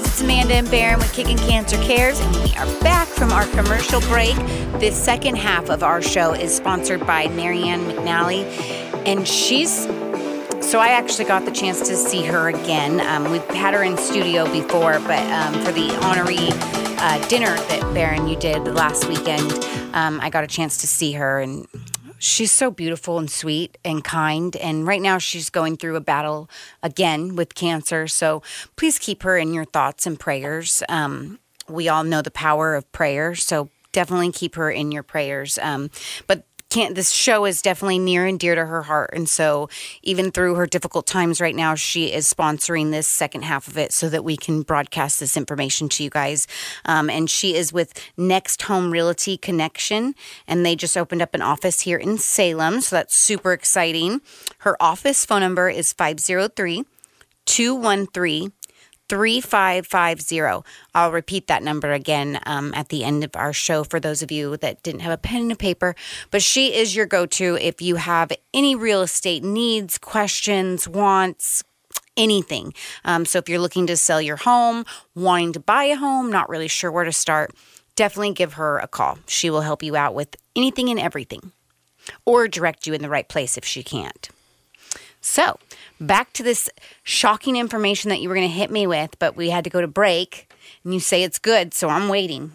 Van Baron with Kicking Cancer Cares, and we are back from our commercial break. The second half of our show is sponsored by Marianne McNally, and she's so I actually got the chance to see her again. Um, we've had her in studio before, but um, for the honoree uh, dinner that Baron you did last weekend, um, I got a chance to see her, and she's so beautiful and sweet and kind. And right now, she's going through a battle again with cancer. So please keep her in your thoughts and prayers. Um, we all know the power of prayer, so definitely keep her in your prayers. Um, but can't this show is definitely near and dear to her heart and so even through her difficult times right now she is sponsoring this second half of it so that we can broadcast this information to you guys um, and she is with next home realty connection and they just opened up an office here in salem so that's super exciting her office phone number is 503 213 3550. I'll repeat that number again um, at the end of our show for those of you that didn't have a pen and a paper. But she is your go to if you have any real estate needs, questions, wants, anything. Um, so if you're looking to sell your home, wanting to buy a home, not really sure where to start, definitely give her a call. She will help you out with anything and everything or direct you in the right place if she can't. So, back to this shocking information that you were going to hit me with, but we had to go to break, and you say it's good, so I'm waiting.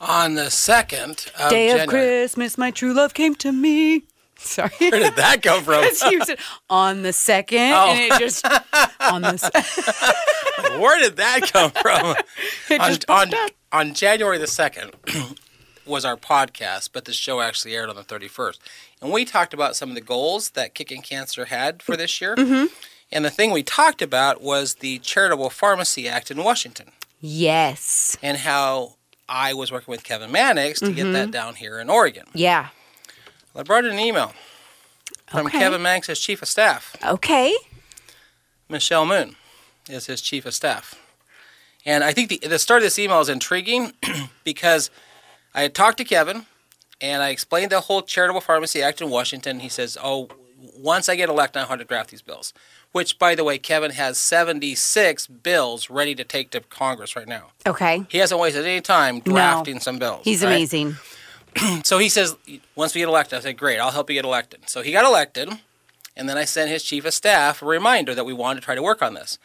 On the second of Day January. of Christmas, my true love came to me. Sorry. Where did that go from? you said on the second, Oh. and it just on the se- Where did that come from? it on, just on, popped up. on January the 2nd was our podcast, but the show actually aired on the 31st. And we talked about some of the goals that Kicking Cancer had for this year. Mm-hmm. And the thing we talked about was the Charitable Pharmacy Act in Washington Yes. and how I was working with Kevin Mannix to get Mm-hmm. that down here in Oregon. Yeah. I brought an email from Okay. Kevin Mannix's chief of staff. Okay. Michelle Moon is his chief of staff. And I think the, the start of this email is intriguing because I had talked to Kevin and I explained the whole Charitable Pharmacy Act in Washington. He says, Oh, once I get elected, I want to draft these bills. Which, by the way, Kevin has 76 bills ready to take to Congress right now. Okay. He hasn't wasted any time drafting some bills. He's right? amazing. So he says, once we get elected, I said, great, I'll help you get elected. So he got elected, and then I sent his chief of staff a reminder that we wanted to try to work on this.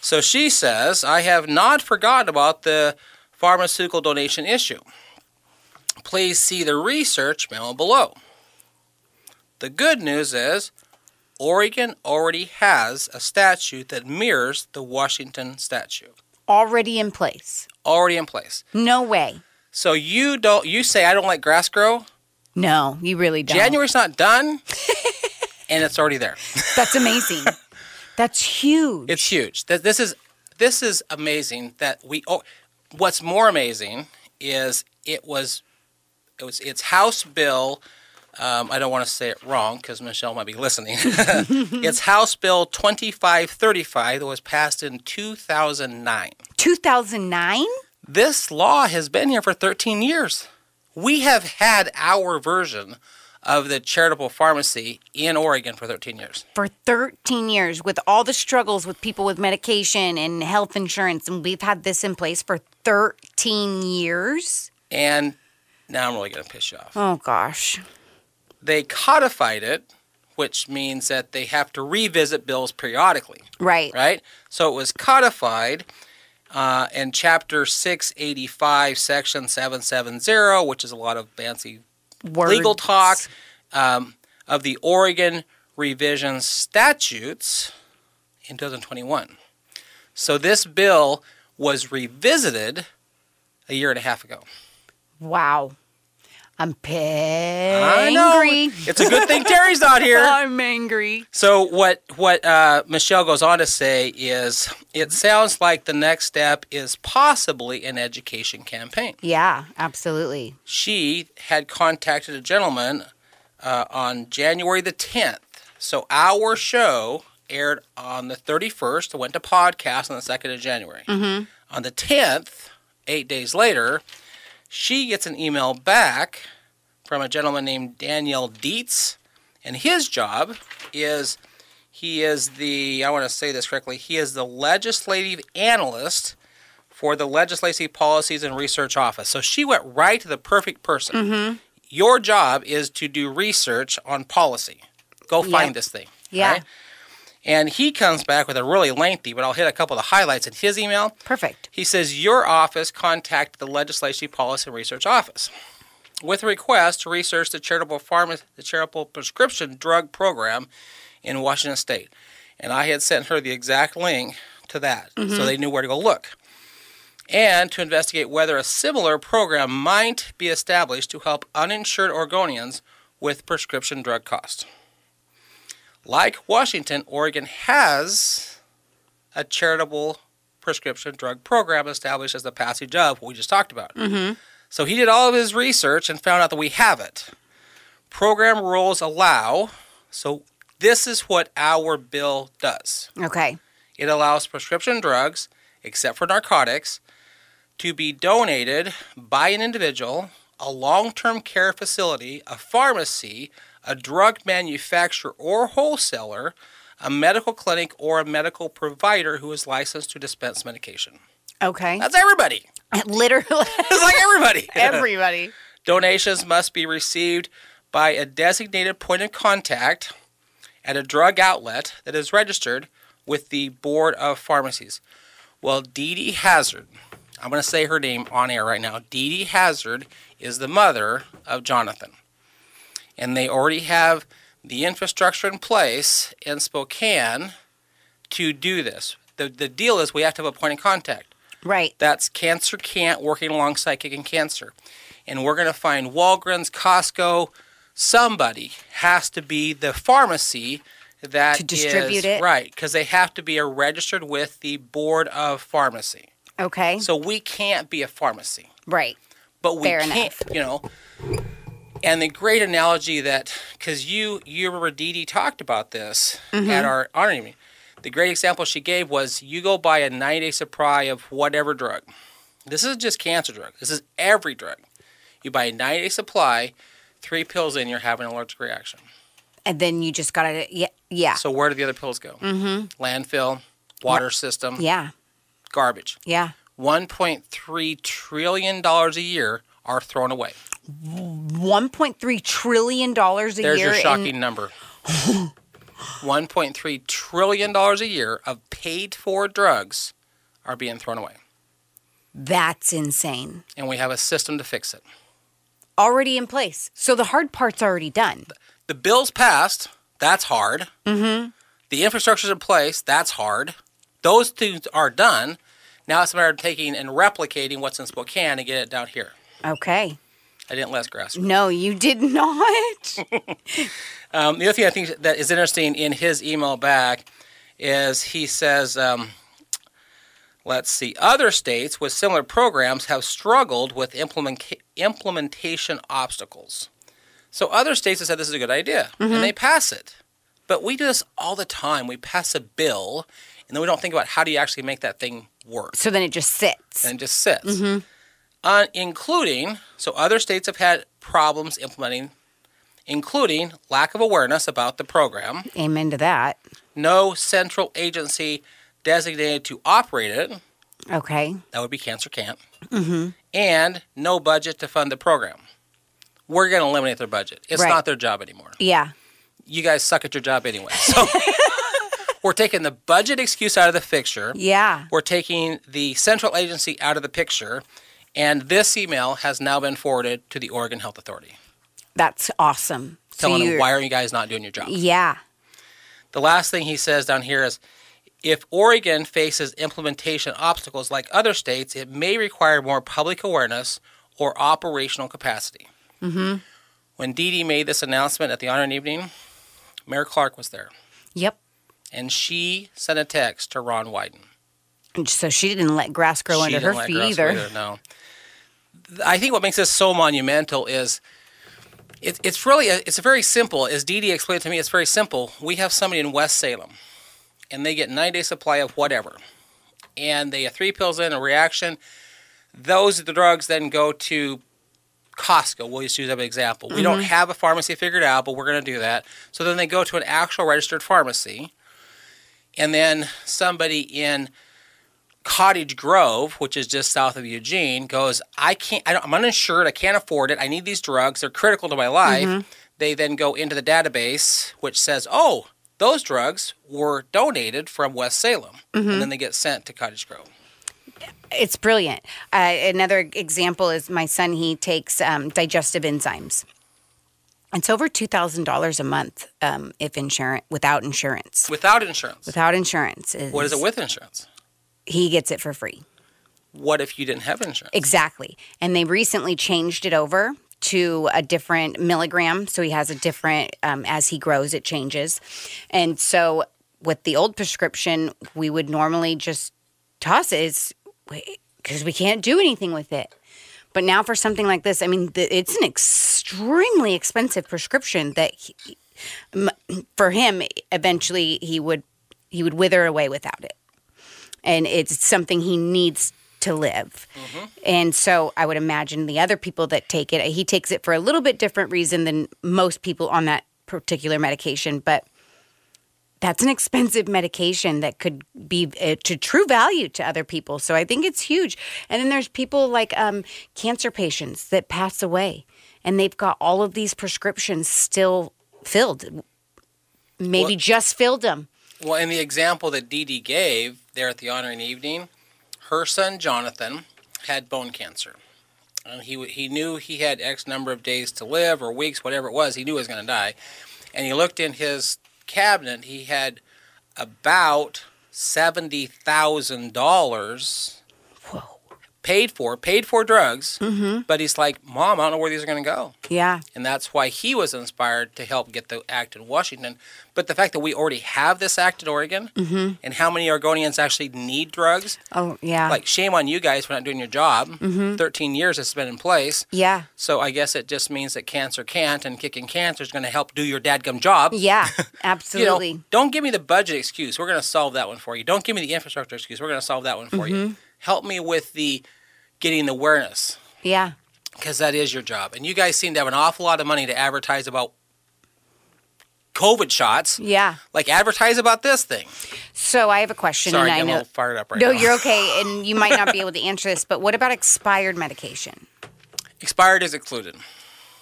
So she says, I have not forgotten about the pharmaceutical donation issue. Please see the research memo below. The good news is Oregon already has a statute that mirrors the Washington statute, Already in place. already in place. No way. So you don't you say I don't let grass grow? No, you really don't. January's not done, and it's already there. That's amazing. That's huge. It's huge. Th- This is this is amazing that we. Oh, what's more amazing is it was it was it's House Bill. Um, I don't want to say it wrong because Michelle might be listening. it's House Bill 2535 that was passed in 2009. 2009? This law has been here for 13 years. We have had our version of the charitable pharmacy in Oregon for 13 years. for 13 years with all the struggles with people with medication and health insurance. And we've had this in place for 13 years. And now I'm really going to piss you off. Oh, gosh. They codified it, which means that they have to revisit bills periodically, Right. right? So it was codified uh, in Chapter 685, Section 770, which is a lot of fancy Words. legal talk um, of the Oregon Revision Statutes in 2021. So this bill was revisited a year and a half ago. Wow. I'm pissed. I know. Angry. It's a good thing Terry's not here. I'm angry. So what what uh, Michelle goes on to say is, it sounds like the next step is possibly an education campaign. Yeah, absolutely. she had contacted a gentleman uh, on January the 10th. So our show aired on the 31st, went to podcast on the 2nd of January. On the 10th, eight days later, she gets an email back from a gentleman named Daniel Dietz. And his job is he is the, I want to say this correctly, he is the legislative analyst for the Legislative Policies and Research Office. So she went right to the perfect person. Your job is to do research on policy. Go find this thing. Yeah. right? And he comes back with a really lengthy, but I'll hit a couple of the highlights in his email. Perfect. He says, Your office contacted the Legislative Policy and Research Office with a request to research the charitable, pharma- the charitable prescription drug program in Washington State. And I had sent her the exact link to that so they knew where to go look. And to investigate whether a similar program might be established to help uninsured Oregonians with prescription drug costs. Like Washington, Oregon has a charitable prescription drug program established as the passage of what we just talked about. So he did all of his research and found out that we have it. Program rules allow, so this is what our bill does Okay. it allows prescription drugs, except for narcotics, to be donated by an individual, a long term care facility, a pharmacy, a drug manufacturer or wholesaler, a medical clinic, or a medical provider who is licensed to dispense medication. Okay. That's everybody. Literally It's like everybody. everybody. Donations must be received by a designated point of contact at a drug outlet that is registered with the Board of Pharmacies. Well, Dee Dee Hazard, I'm going to say her name on air right now. Dee Dee Hazard is the mother of Jonathan. And they already have the infrastructure in place in Spokane to do this. The, the deal is we have to have a point of contact. Right. That's Cancer Can't working alongside Kicking Cancer. And we're going to find Walgreens, Costco. Somebody has to be the pharmacy that To distribute is- it? Right, because they have to be a registered with the Board of Pharmacy. Okay. So we can't be a pharmacy, Right. but we Fair can't, you know. And the great analogy that, because you, you remember Dee Dee talked about this Mm-hmm. at our honoring meeting. The great example she gave was you go buy a 90 day supply of whatever drug. This is just cancer drug. This is every drug. You buy a 90 day supply, three pills in, you're having an allergic reaction. And then you just got to yeah. Yeah. So where do the other pills go? Mm-hmm. Landfill, water system, yeah. garbage. Yeah. $1.3 trillion a year are thrown away. 1.3 trillion dollars a There's year your in- shocking number. $1.3 trillion a year of paid for drugs are being thrown away. that's insane. And we have a system to fix it. Already in place. So the hard part's already done. The bill's passed. That's hard. Mm-hmm. The infrastructure's in place. That's hard. Those things are done. Now it's a matter of taking and replicating what's in Spokane and get it down here. Okay. I didn't less grasp. No, you did not. Um, the other thing I think that is interesting in his email back is he says, um, let's see, other states with similar programs have struggled with implement- implementation obstacles. So other states have said this is a good idea and they pass it. But we do this all the time. We pass a bill and then we don't think about how do you actually make that thing work so then it just sits. and just sits. Uh, including, so other states have had problems implementing, including lack of awareness about the program, Amen to that. no central agency designated to operate it, Okay. that would be Cancer Camp, and no budget to fund the program. We're going to eliminate their budget. It's Right. not their job anymore. Yeah. You guys suck at your job anyway. So we're taking the budget excuse out of the picture. Yeah. We're taking the central agency out of the picture, and this email has now been forwarded to the Oregon Health Authority, That's awesome. So telling them you're- why are you guys not doing your job. Yeah. The last thing he says down here is, if Oregon faces implementation obstacles like other states, it may require more public awareness or operational capacity. Mm-hmm. When Dee Dee made this announcement at the honor evening, Mayor Clark was there, Yep. and she sent a text to Ron Wyden. And so she didn't let grass grow She under her didn't let feet grass either. grow No. Th- I think what makes this so monumental is it, it's really a, it's very simple. As Dee Dee explained to me, it's very simple. We have somebody in West Salem, and they get nine day supply of whatever, and they get three pills in a reaction. Those the drugs then go to Costco. We'll just use that as an example. We Mm-hmm. don't have a pharmacy figured out, but we're going to do that. So then they go to an actual registered pharmacy, and then somebody in Cottage Grove, which is just south of Eugene, goes, I can't, I don't, I'm uninsured, I can't afford it, I need these drugs, they're critical to my life. They then go into the database, which says, oh, those drugs were donated from West Salem. And then they get sent to Cottage Grove. It's brilliant. Uh, another example is my son, he takes um, digestive enzymes. It's over $2,000 a month um, if insurance, without insurance. Without insurance. Without insurance. Is, what is it with insurance? He gets it for free. What if you didn't have insurance? Exactly. And they recently changed it over to a different milligram. So he has a different, um, as he grows, it changes. And so with the old prescription, we would normally just toss it because we can't do anything with it. But now for something like this, I mean, the, it's an extremely expensive prescription that he, m- for him, eventually he would he would wither away without it and it's something he needs to live. And so I would imagine the other people that take it, he takes it for a little bit different reason than most people on that particular medication, but that's an expensive medication that could be uh, to true value to other people. So I think it's huge. And then there's people like um, cancer patients that pass away and they've got all of these prescriptions still filled. Maybe just filled them. Well, in the example that Dee Dee gave there at the honoring evening, her son Jonathan had bone cancer. And he, w- he knew he had X number of days to live or weeks, whatever it was. He knew he was going to die. And he looked in his cabinet. He had about $70,000 Whoa. paid for, paid for drugs. Mm-hmm. But he's like, Mom, I don't know where these are going to go. Yeah. And that's why he was inspired to help get the act in Washington. But the fact that we already have this act in Oregon Mm-hmm. and how many Oregonians actually need drugs, Oh, yeah. like, shame on you guys for not doing your job. Mm-hmm. 13 years it's been in place. yeah. So I guess it just means that cancer can't, and kicking cancer is going to help do your dadgum job. Yeah, You know, absolutely. don't give me the budget excuse. We're going to solve that one for you. Don't give me the infrastructure excuse. We're going to solve that one for Mm-hmm. you. Help me with the getting the awareness yeah. because that is your job. And you guys seem to have an awful lot of money to advertise about COVID shots. Yeah. Like advertise about this thing. So I have a question Sorry, and I I'm a know little fired up right No, now. you're okay and you might not be able to answer this, but what about expired medication? Expired is included.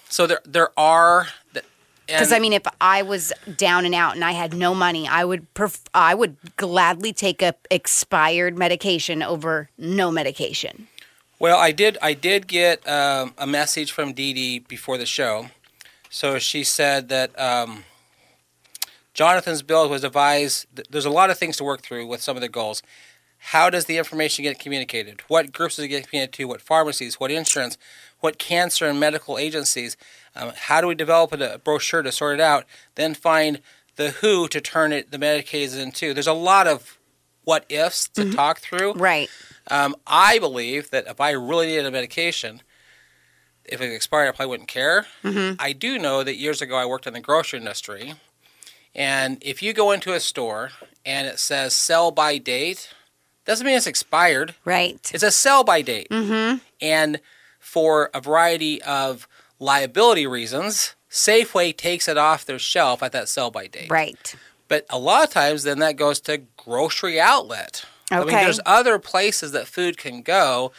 So there there are Cuz I mean if I was down and out and I had no money, I would pref- I would gladly take a expired medication over no medication. Well, I did. I did get um, a message from Dee Dee before the show. So she said that um, Jonathan's bill was devised. th- There's a lot of things to work through with some of the goals. How does the information get communicated? What groups does it get communicated to? What pharmacies? What insurance? What cancer and medical agencies? Um, how do we develop a a brochure to sort it out? Then find the who to turn it the medications into. There's a lot of what ifs to talk through. Right. Um, I believe that if I really needed a medication, if it expired, I probably wouldn't care. I do know that years ago I worked in the grocery industry, and if you go into a store and it says sell by date, doesn't mean it's expired. Right. It's a sell by date. Mm-hmm. And for a variety of liability reasons, Safeway takes it off their shelf at that sell by date. Right. But a lot of times, then that goes to grocery outlet. I mean, Okay. there's other places that food can go,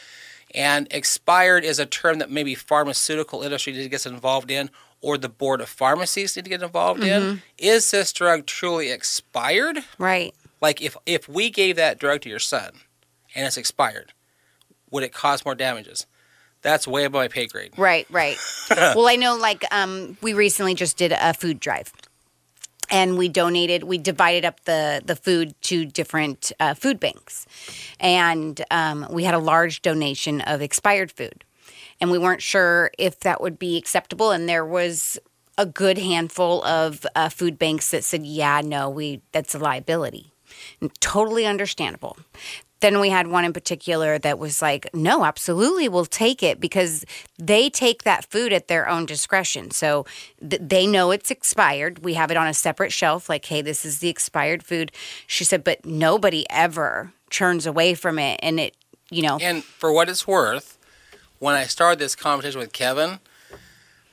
and expired is a term that maybe pharmaceutical industry need to get involved in, or the board of pharmacies need to get involved in. Is this drug truly expired? Right. Like, if if we gave that drug to your son, and it's expired, would it cause more damages? That's way above my pay grade. Right, right. well, I know like um we recently just did a food drive. And we donated, we divided up the the food to different uh, food banks. And um, we had a large donation of expired food. And we weren't sure if that would be acceptable and there was a good handful of uh, food banks that said, "Yeah, no, we that's a liability." totally understandable. Then we had one in particular that was like, no, absolutely, we'll take it because they take that food at their own discretion. So th- they know it's expired. We have it on a separate shelf, like, hey, this is the expired food. She said, but nobody ever turns away from it. And it, you know, And for what it's worth, when I started this conversation with Kevin,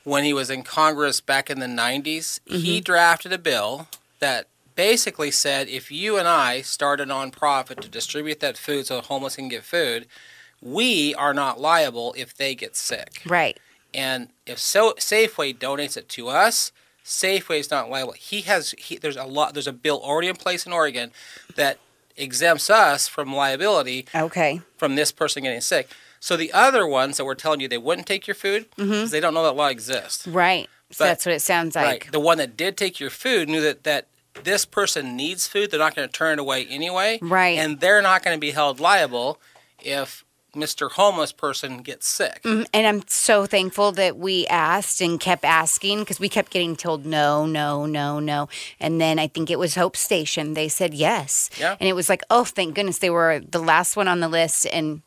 when he was in Congress back in the 90s, he drafted a bill that basically said if you and I start a nonprofit to distribute that food so the homeless can get food, we are not liable if they get sick. Right. And if so, Safeway donates it to us, Safeway's not liable. He has he, there's a lot there's a bill already in place in Oregon that exempts us from liability Okay. from this person getting sick. So the other ones that were telling you they wouldn't take your food, because they don't know that law exists. Right. So But- that's what it sounds Mm-hmm. like. Right. The one that did take your food knew that that this person needs food. They're not going to turn it away anyway. Right. And they're not going to be held liable if Mr. Homeless person gets sick. Um, And I'm so thankful that we asked and kept asking because we kept getting told no, no, no, no. And then I think it was Hope Station. They said yes. Yeah. And it was like, oh, thank goodness they were the last one on the list. And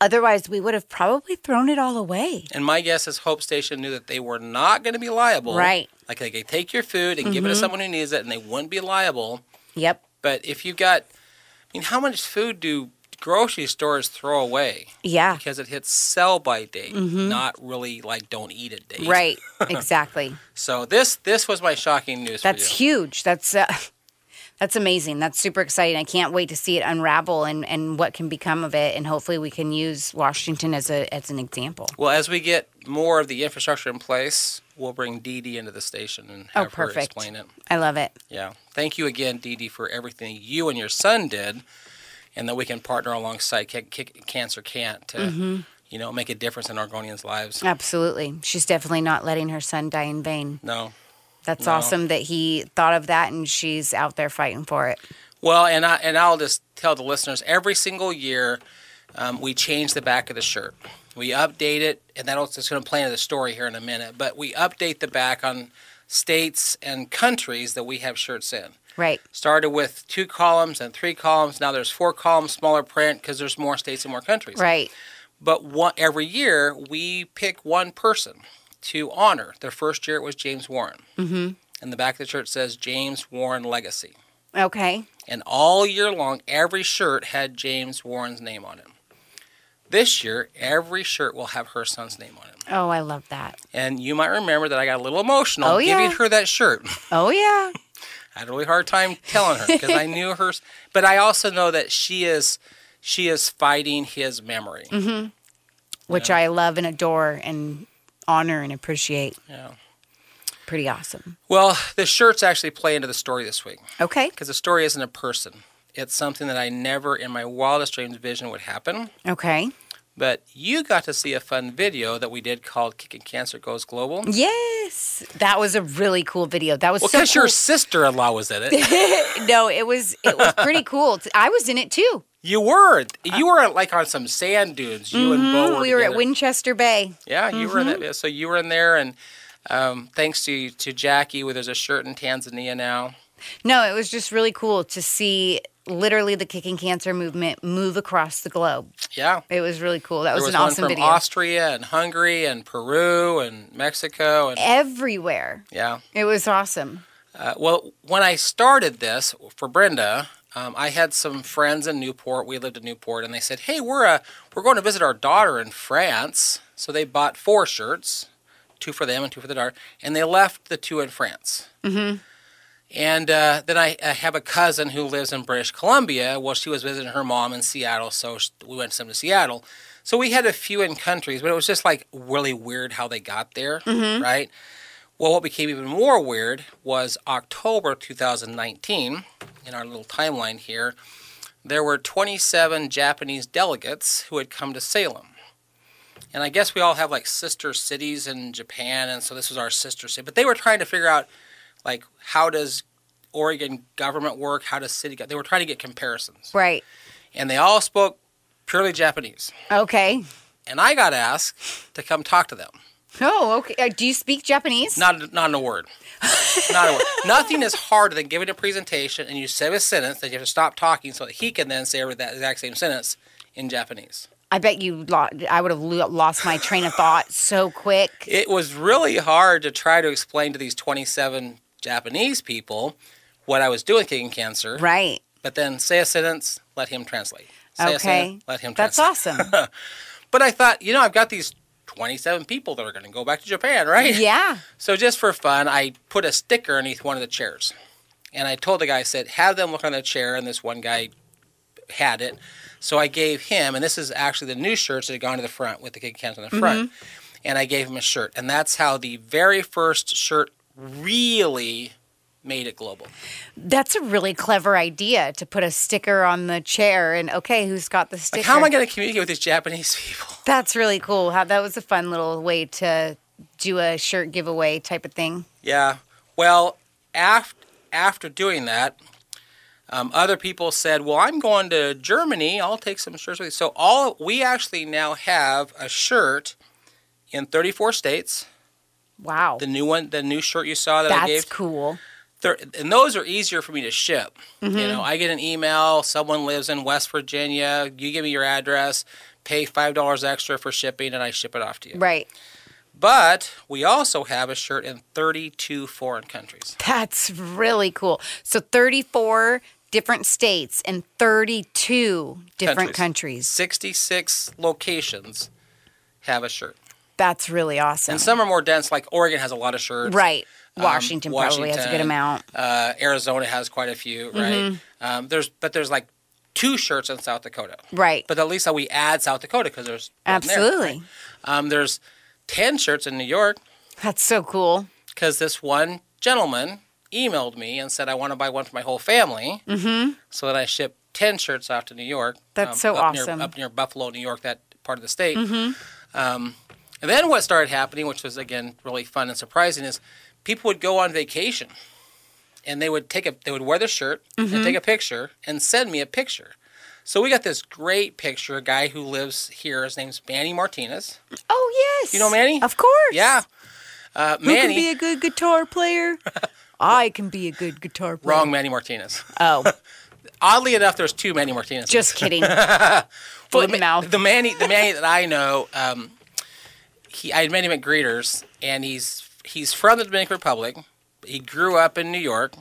otherwise, we would have probably thrown it all away. And my guess is Hope Station knew that they were not going to be liable. Right. Mm-hmm. Like they could take your food and give it to someone who needs it, and they wouldn't be liable. Yep. But if you've got, I mean, how much food do grocery stores throw away? Yeah. Because it hits sell by date, not really like don't eat it date. Mm-hmm. Right. exactly. So this this was my shocking news. That's for you. huge. That's uh, that's amazing. That's super exciting. I can't wait to see it unravel and, and what can become of it. And hopefully, we can use Washington as a as an example. Well, as we get more of the infrastructure in place, we'll bring Dee Dee into the station and Oh, have her perfect. explain it. I love it. Yeah. Thank you again, Dee Dee, for everything you and your son did, and that we can partner alongside Kick, Kick, Cancer Can't to, Mm-hmm. you know, make a difference in Oregonians' lives. Absolutely. She's definitely not letting her son die in vain. No. That's No. awesome that he thought of that and she's out there fighting for it. Well, and I and I'll just tell the listeners every single year, um, we change the back of the shirt. We update it, and that'll it's going to play into the story here in a minute. But we update the back on states and countries that we have shirts in. Right. started with two columns and three columns. Now there's four columns, smaller print because there's more states and more countries. Right. But one, every year we pick one person to honor. The first year it was James Warren. Mm-hmm. And the back of the shirt says James Warren Legacy. Okay. And all year long, every shirt had James Warren's name on it. This year, every shirt will have her son's name on it. Oh, I love that. And you might remember that I got a little emotional Oh, giving yeah. her that shirt. Oh, yeah. I had a really hard time telling her because I knew her, but I also know that she is she is fighting his memory. Mm-hmm. Which I love and adore and honor and appreciate. Yeah. Pretty awesome. Well, the shirts actually play into the story this week Okay. because the story isn't a person; it's something that I never, in my wildest dreams, vision would happen. Okay. But you got to see a fun video that we did called "Kicking Cancer Goes Global." Yes. That was a really cool video. That was Well, so because cool. your sister-in-law was in it, no, it was it was pretty cool. I was in it too. you were you were like on some sand dunes. You and Bo were Mm-hmm. We were at Mm-hmm. together. Winchester Bay. Yeah, you were in that. yeah, So you were in there, and um, thanks to to Jackie, where there's a shirt in Tanzania now. No, it was just really cool to see literally the kicking cancer movement move across the globe. Yeah, It was really cool. That was, there was an one awesome from video. Austria and Hungary and Peru and Mexico and Everywhere. yeah. It was awesome. Uh, well, when I started this for Brenda, um, I had some friends in Newport. We lived in Newport, and they said, "Hey, we're uh, we're going to visit our daughter in France." So they bought four shirts, two for them and two for the daughter, and they left the two in France. Mm-hmm. And uh, then I, I have a cousin who lives in British Columbia. Well, she was visiting her mom in Seattle, so sh- we went some to Seattle. So we had a few in countries, but it was just like really weird how they got there, right? Well, what became even more weird was October 2019, in our little timeline here, there were 27 Japanese delegates who had come to Salem. And I guess we all have like sister cities in Japan, and so this was our sister city. But they were trying to figure out, like, how does Oregon government work? How does city go? They were trying to get comparisons. Right. And they all spoke purely Japanese. Okay. And I got asked to come talk to them. Oh, okay. Uh, do you speak Japanese? Not not in a word. not in a word. Nothing is harder than giving a presentation and you say a sentence that you have to stop talking so that he can then say that exact same sentence in Japanese. I bet you lo- I would have lo- lost my train of thought so quick. It was really hard to try to explain to these 27 Japanese people what I was doing kicking cancer, Right. but then say a sentence, let him translate. Say a Okay. sentence, let him That's translate. awesome. But I thought, you know, I've got these 27 people that are going to go back to Japan, right? yeah. So just for fun, I put a sticker underneath one of the chairs. And I told the guy, I said, have them look on their chair, and this one guy had it. So I gave him, and this is actually the new shirts that had gone to the front with the kid cans on the front. And I gave him a shirt. And that's how the very first shirt really made it global. That's a really clever idea to put a sticker on the chair and okay, who's got the sticker? Like, how am I going to communicate with these Japanese people? That's really cool. How that was a fun little way to do a shirt giveaway type of thing. Yeah. Well, after after doing that, um, other people said, "Well, I'm going to Germany. I'll take some shirts with you." So all we actually now have a shirt in 34 states. Wow. The new one, the new shirt you saw that I That's gave, cool. thir- and those are easier for me to ship. You Mm-hmm. know, I get an email. Someone lives in West Virginia. You give me your address. Pay five dollars extra for shipping, and I ship it off to you. Right. But we also have a shirt in 32 foreign countries. That's really cool. So 34 different states and 32 different Countries. countries. 66 locations have a shirt. That's really awesome. And some are more dense, like Oregon has a lot of shirts. Oh. right. Um, Washington, probably has a good Washington, amount. Uh, Arizona has quite a few, right? Mm-hmm. Um, there's but there's like two shirts in South Dakota. Right. But at least we add South Dakota because there's one there, Absolutely. right? Um, there's ten shirts in New York That's so cool. because this one gentleman emailed me and said I want to buy one for my whole family. Mm-hmm. So that I ship ten shirts off to New York. um, That's so up awesome. Near, up near Buffalo, New York, that part of the state. Mm-hmm. Um, and then what started happening, which was again really fun and surprising, is people would go on vacation, and they would take a they would wear the shirt Mm-hmm. and take a picture and send me a picture. So we got this great picture. A guy who lives here, his name's Manny Martinez. Oh, yes. You know Manny? Of course. Yeah, uh, Who Manny. can be a good guitar player? I can be a good guitar player. wrong, Manny Martinez. Oh, Oddly enough, there's two Manny Martinez. just kidding. Well, Foot the, and ma- mouth. The Manny, the Manny that I know, um, he I met him at Greeters, and he's he's from the Dominican Republic. He grew up in New York,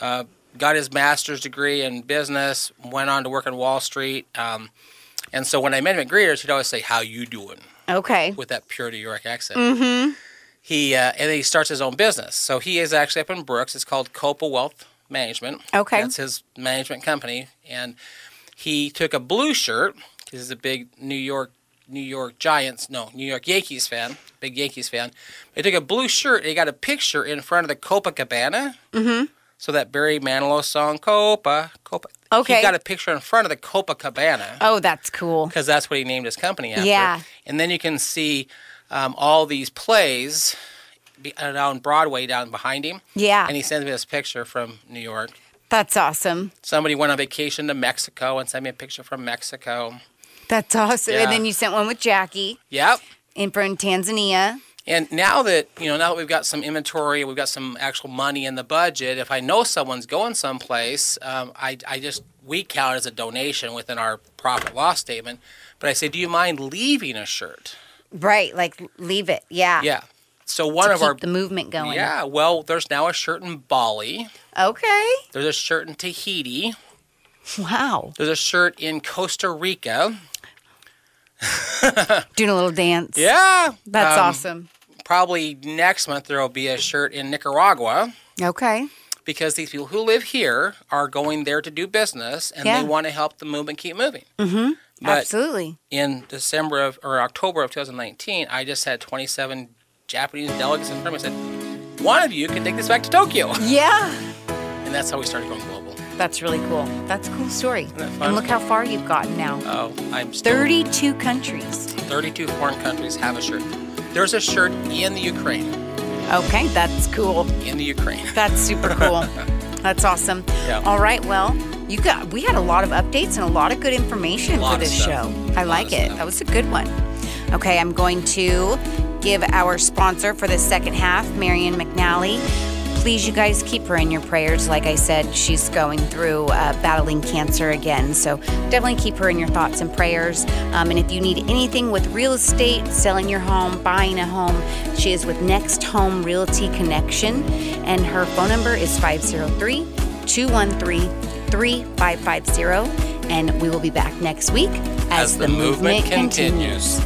uh, got his master's degree in business, went on to work on Wall Street, um, and so when I met him at Greeters, he'd always say, "How you doing?" Okay. with that pure New York accent. Mm-hmm. He uh, and then he starts his own business. So he is actually up in Brooks. It's called Copa Wealth Management. Okay. that's his management company, and he took a blue shirt because he's a big New York New York Giants, no New York Yankees fan, big Yankees fan. He took a blue shirt and he got a picture in front of the Copacabana. Mm-hmm. So that Barry Manilow song Copa Copa. Okay. he got a picture in front of the Copacabana Oh, that's cool. because that's what he named his company after. Yeah. And then you can see um, all these plays be- uh, down Broadway down behind him. Yeah. And he sends me this picture from New York. That's awesome. Somebody went on vacation to Mexico and sent me a picture from Mexico. That's awesome. Yeah. And then you sent one with Jackie Yep. in from Tanzania. And now that you know, now that we've got some inventory, we've got some actual money in the budget. If I know someone's going someplace, um, I, I just we count it as a donation within our profit loss statement. But I say, do you mind leaving a shirt? Right. Like, leave it. Yeah. Yeah. So one Ah. To of our keep the movement going. Yeah, well, there's now a shirt in Bali. Okay. There's a shirt in Tahiti. Wow. There's a shirt in Costa Rica. Doing a little dance. Yeah. That's Um, awesome. Probably next month there will be a shirt in Nicaragua Okay. because these people who live here are going there to do business and Yeah. they want to help the movement keep moving. Mm-hmm. But Absolutely. in December of or October of 2019, I just had 27 Japanese delegates in front of me and said, one of you can take this back to Tokyo. Yeah. And that's how we started going global. That's really cool. That's a cool story. that fun? And look how far you've gotten now. Oh, I'm still 32 countries. 32 foreign countries have a shirt. There's a shirt in the Ukraine. Okay, that's cool. In the Ukraine. That's super cool. that's awesome. Yeah. All right, well, you got we had a lot of updates and a lot of good information Lot for of this stuff. show. I like of it. stuff. That was a good one. Okay, I'm going to give our sponsor for the second half, Marion McNally. Please, you guys, keep her in your prayers. Like I said, she's going through uh, battling cancer again. So definitely keep her in your thoughts and prayers. Um, and if you need anything with real estate, selling your home, buying a home, she is with Next Home Realty Connection. And her phone number is 503 213 3550. And we will be back next week as, As the movement continues.